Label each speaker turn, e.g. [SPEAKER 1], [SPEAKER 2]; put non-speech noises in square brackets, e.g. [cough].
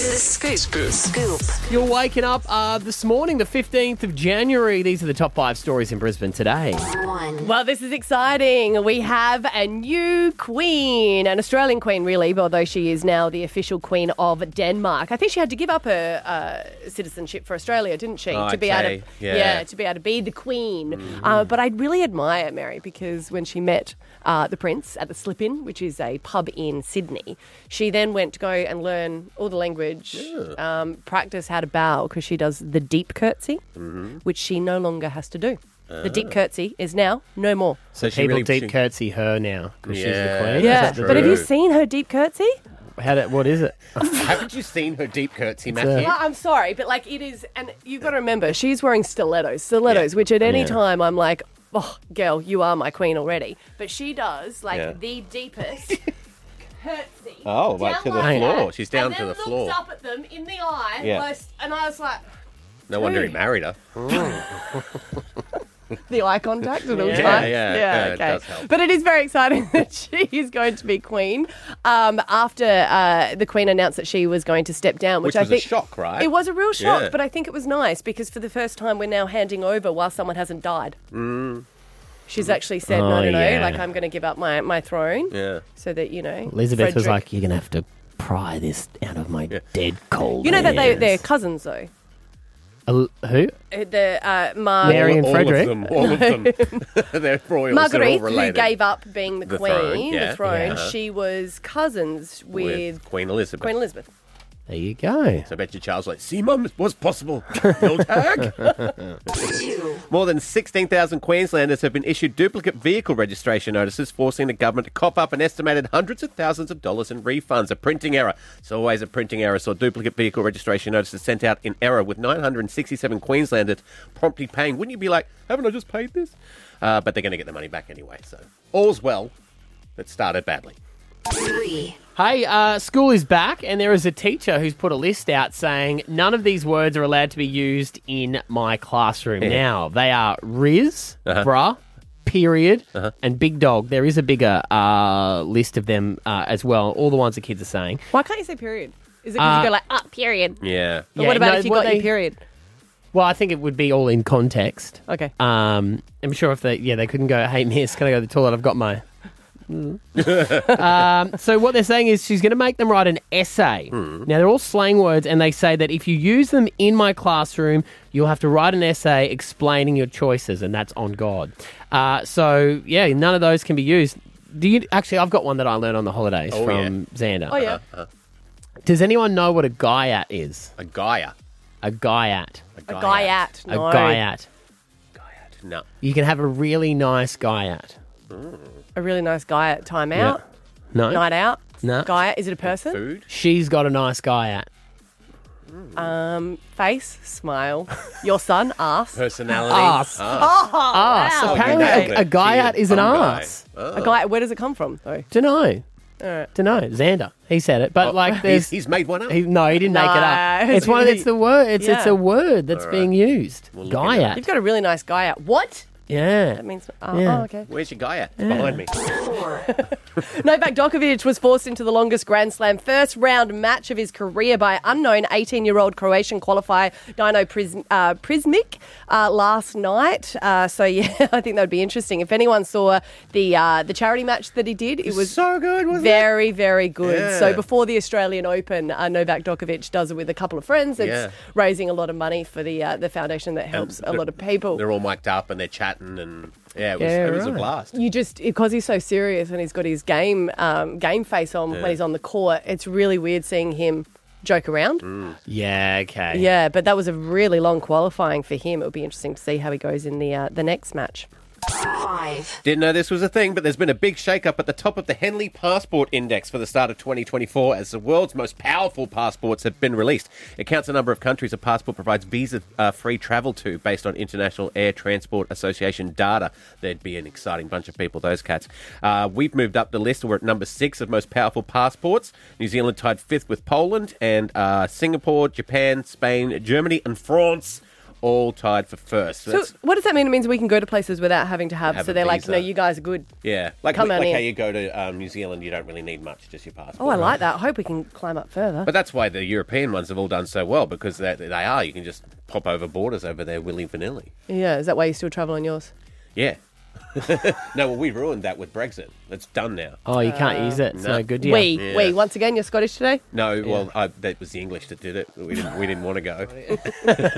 [SPEAKER 1] Scoop. Scoop. Scoop.
[SPEAKER 2] You're waking up uh, this morning, the 15th of January. These are the top five stories in Brisbane today.
[SPEAKER 1] One.
[SPEAKER 3] Well, this is exciting. We have a new queen, an Australian queen, really, although she is now the official queen of Denmark. I think she had to give up her uh, citizenship for Australia, didn't she, to be able
[SPEAKER 4] Oh, Okay,
[SPEAKER 3] to,
[SPEAKER 4] yeah.
[SPEAKER 3] to be able to be the queen. Uh, but I really admire Mary because when she met uh, the prince at the Slip Inn, which is a pub in Sydney, she then went to go and learn all the language, um, practice how to bow because she does the deep curtsy, which she no longer has to do. The deep curtsy is now no more.
[SPEAKER 4] Ah. So she
[SPEAKER 2] People
[SPEAKER 4] really
[SPEAKER 2] deep
[SPEAKER 4] she-
[SPEAKER 2] curtsy her now because she's the
[SPEAKER 4] Yeah.
[SPEAKER 2] queen.
[SPEAKER 3] Yeah,
[SPEAKER 2] Is that
[SPEAKER 3] but have
[SPEAKER 2] true?
[SPEAKER 3] you seen her deep curtsy?
[SPEAKER 2] How do, what is it?
[SPEAKER 4] Haven't you seen her deep curtsy,
[SPEAKER 2] a-
[SPEAKER 4] Matthew?
[SPEAKER 3] Well, I'm sorry, but like it is, and you've got to remember, she's wearing stilettos, stilettos, which at any
[SPEAKER 2] Yeah.
[SPEAKER 3] time I'm like, oh, girl, you are my queen already. But she does like
[SPEAKER 4] Yeah.
[SPEAKER 3] the [laughs] deepest curtsy.
[SPEAKER 4] Oh, right
[SPEAKER 3] down
[SPEAKER 4] to the
[SPEAKER 3] like
[SPEAKER 4] floor.
[SPEAKER 3] that,
[SPEAKER 4] She's down
[SPEAKER 3] and
[SPEAKER 4] to
[SPEAKER 3] then
[SPEAKER 4] the
[SPEAKER 3] looks
[SPEAKER 4] floor.
[SPEAKER 3] up at them in the eye,
[SPEAKER 4] Yeah.
[SPEAKER 3] most- and I was like,
[SPEAKER 4] [laughs] No wonder he
[SPEAKER 3] Dude.
[SPEAKER 4] married her.
[SPEAKER 3] the eye contact at all
[SPEAKER 2] Yeah.
[SPEAKER 3] times.
[SPEAKER 4] Yeah, yeah, yeah, it
[SPEAKER 3] okay.
[SPEAKER 4] does help.
[SPEAKER 3] But it is very exciting [laughs] that she is going to be queen um, after uh, the queen announced that she was going to step down, which,
[SPEAKER 4] Which was
[SPEAKER 3] I think
[SPEAKER 4] a shock, right?
[SPEAKER 3] It was a real shock,
[SPEAKER 4] Yeah.
[SPEAKER 3] but I think it was nice because for the first time we're now handing over while someone hasn't died.
[SPEAKER 4] Mm.
[SPEAKER 3] She's actually said,
[SPEAKER 2] Oh,
[SPEAKER 3] no, no, no,
[SPEAKER 2] yeah.
[SPEAKER 3] like I'm going to give up my, my throne
[SPEAKER 4] Yeah.
[SPEAKER 3] so that, you know.
[SPEAKER 2] Elizabeth was
[SPEAKER 3] Frederick-
[SPEAKER 2] like, "You're gonna have to pry this out of my dead cold."
[SPEAKER 3] You know that they,
[SPEAKER 2] hands."
[SPEAKER 3] they're cousins, though.
[SPEAKER 2] Al- who?
[SPEAKER 3] Uh, The uh, Mar-
[SPEAKER 2] Mary and
[SPEAKER 4] all
[SPEAKER 2] Frederick?
[SPEAKER 4] Of them, all
[SPEAKER 2] [laughs]
[SPEAKER 4] of them. [laughs] They're royals. They're all
[SPEAKER 3] Marguerite, who
[SPEAKER 4] related.
[SPEAKER 3] gave up being the,
[SPEAKER 4] The
[SPEAKER 3] queen,
[SPEAKER 4] throne, yeah.
[SPEAKER 3] the throne,
[SPEAKER 4] Yeah.
[SPEAKER 3] she was cousins with,
[SPEAKER 4] with Queen Elizabeth.
[SPEAKER 3] Queen Elizabeth.
[SPEAKER 2] There you go.
[SPEAKER 4] So I bet you Charles like, see, mum, it was possible. Your tag. More than 16,000 Queenslanders have been issued duplicate vehicle registration notices, forcing the government to cop up an estimated hundreds of thousands of dollars in refunds. A printing error. It's always a printing error. So duplicate vehicle registration notices sent out in error, with 967 Queenslanders promptly paying. Wouldn't you be like, haven't I just paid this? Uh, but they're going to get the money back anyway. So all's well. It started badly.
[SPEAKER 1] Three.
[SPEAKER 2] Hey, uh, school is back, and there is a teacher who's put a list out saying none of these words are allowed to be used in my classroom. Now they are riz, bruh, period, and big dog. There is a bigger uh, list of them uh, as well. All the ones the kids are saying.
[SPEAKER 3] Why can't you say period? Is it because
[SPEAKER 2] Uh,
[SPEAKER 3] you go like, ah, period?
[SPEAKER 4] Yeah.
[SPEAKER 3] But
[SPEAKER 2] Yeah,
[SPEAKER 3] what about
[SPEAKER 2] no,
[SPEAKER 3] if you
[SPEAKER 2] what
[SPEAKER 3] got your
[SPEAKER 2] they-
[SPEAKER 3] period?
[SPEAKER 2] Well, I think it would be all in context.
[SPEAKER 3] Okay.
[SPEAKER 2] Um, I'm sure if they, yeah, they couldn't go, hey, miss, can I go to the toilet? I've got my. um, so what they're saying is she's going to make them write an essay. Now they're all slang words, and they say that if you use them in my classroom, you'll have to write an essay explaining your choices, and that's on God. Uh, so yeah, none of those can be used. Do you actually? I've got one that I learned on the holidays
[SPEAKER 4] Oh,
[SPEAKER 2] from Xander.
[SPEAKER 3] oh, yeah.
[SPEAKER 2] uh, Does anyone know what a guy at is?
[SPEAKER 4] A Gaia.
[SPEAKER 2] A guy at.
[SPEAKER 3] a guy at.
[SPEAKER 2] A
[SPEAKER 3] No.
[SPEAKER 2] guy at.
[SPEAKER 4] Gaiat. No.
[SPEAKER 2] You can have a really nice guy at.
[SPEAKER 3] A really nice guy at. Time
[SPEAKER 2] Yeah.
[SPEAKER 3] out.
[SPEAKER 2] No.
[SPEAKER 3] Night out.
[SPEAKER 2] No.
[SPEAKER 3] Guy at. Is it a person?
[SPEAKER 4] Food.
[SPEAKER 2] She's got a nice guy at.
[SPEAKER 3] Face. Smile. Your son. Ass. Oh,
[SPEAKER 4] Personality.
[SPEAKER 2] Ass. Ass.
[SPEAKER 3] wow.
[SPEAKER 2] Ah, Apparently,
[SPEAKER 3] Okay.
[SPEAKER 2] a, a guy
[SPEAKER 4] She's
[SPEAKER 2] at is an
[SPEAKER 4] a guy.
[SPEAKER 2] ass.
[SPEAKER 3] A guy. Where does it come from, though?
[SPEAKER 2] Dunno. Dunno. Xander. He said it. But,
[SPEAKER 4] [laughs]
[SPEAKER 2] like, there's.
[SPEAKER 4] He's made one up.
[SPEAKER 2] he, no, he didn't make it up.
[SPEAKER 3] No.
[SPEAKER 2] It's one. It's the word. It's it's
[SPEAKER 3] Yeah.
[SPEAKER 2] a word that's being used.
[SPEAKER 4] look
[SPEAKER 2] guy
[SPEAKER 4] it up.
[SPEAKER 2] at.
[SPEAKER 3] You've got a really nice guy at. What?
[SPEAKER 2] yeah.
[SPEAKER 3] That means. Oh,
[SPEAKER 2] Yeah.
[SPEAKER 3] oh, okay.
[SPEAKER 4] Where's your guy at? It's Behind me.
[SPEAKER 1] Four.
[SPEAKER 3] Novak Djokovic was forced into the longest Grand Slam first round match of his career by unknown 18 year old Croatian qualifier Dino Prism- uh, Prismic uh, last night. Uh, so, [laughs] yeah, I think that would be interesting. If anyone saw the uh, the charity match that he did, it was.
[SPEAKER 4] so good, wasn't
[SPEAKER 3] very, very good.
[SPEAKER 4] Yeah.
[SPEAKER 3] So before the Australian Open, uh, Novak Djokovic does it with a couple of friends. It's
[SPEAKER 4] Yeah.
[SPEAKER 3] raising a lot of money for the uh, the foundation that helps a lot of people.
[SPEAKER 4] it? They're all mic'd up and they're chatting and yeah, it was,
[SPEAKER 2] Yeah,
[SPEAKER 4] it was a
[SPEAKER 2] right.
[SPEAKER 4] blast.
[SPEAKER 3] you just because he's so serious and he's got his game um, game face on when he's on the court. It's really weird seeing him joke around.
[SPEAKER 4] Mm.
[SPEAKER 2] Yeah. Okay.
[SPEAKER 3] Yeah, but that was a really long qualifying for him. It'll be interesting to see how he goes in the uh, the next match.
[SPEAKER 1] Five.
[SPEAKER 4] Didn't know this was a thing, but there's been a big shake-up at the top of the Henley Passport Index for the start of 2024 as the world's most powerful passports have been released. It counts the number of countries a passport provides visa-free travel to based on International Air Transport Association data. There'd be an exciting bunch of people, those cats. Uh, we've moved up the list. We're at number six of most powerful passports. New Zealand tied fifth with Poland and uh, Singapore, Japan, Spain, Germany and France all tied for first. So
[SPEAKER 3] So,
[SPEAKER 4] that's-
[SPEAKER 3] what does that mean? It means we can go to places without having to have.
[SPEAKER 4] Have
[SPEAKER 3] so
[SPEAKER 4] a
[SPEAKER 3] they're like,
[SPEAKER 4] visa.
[SPEAKER 3] no, you guys are good.
[SPEAKER 4] yeah, like,
[SPEAKER 3] Come on
[SPEAKER 4] like
[SPEAKER 3] in.
[SPEAKER 4] how you go to um, New Zealand, you don't really need much, just your passport.
[SPEAKER 3] Oh, I like that. I hope we can climb up further.
[SPEAKER 4] But that's why the European ones have all done so well because they, they are. You can just pop over borders over there willy vanilly.
[SPEAKER 3] yeah, is that why you still travel on yours?
[SPEAKER 4] Yeah. [laughs] no, well, we ruined that with Brexit. That's done now.
[SPEAKER 2] Oh, you can't use it. It's
[SPEAKER 4] no.
[SPEAKER 2] no good. Yeah.
[SPEAKER 3] We,
[SPEAKER 4] Yeah.
[SPEAKER 3] we. Once again, you're Scottish today.
[SPEAKER 4] No, well, I, that was the English that did it. We didn't, we didn't want to go.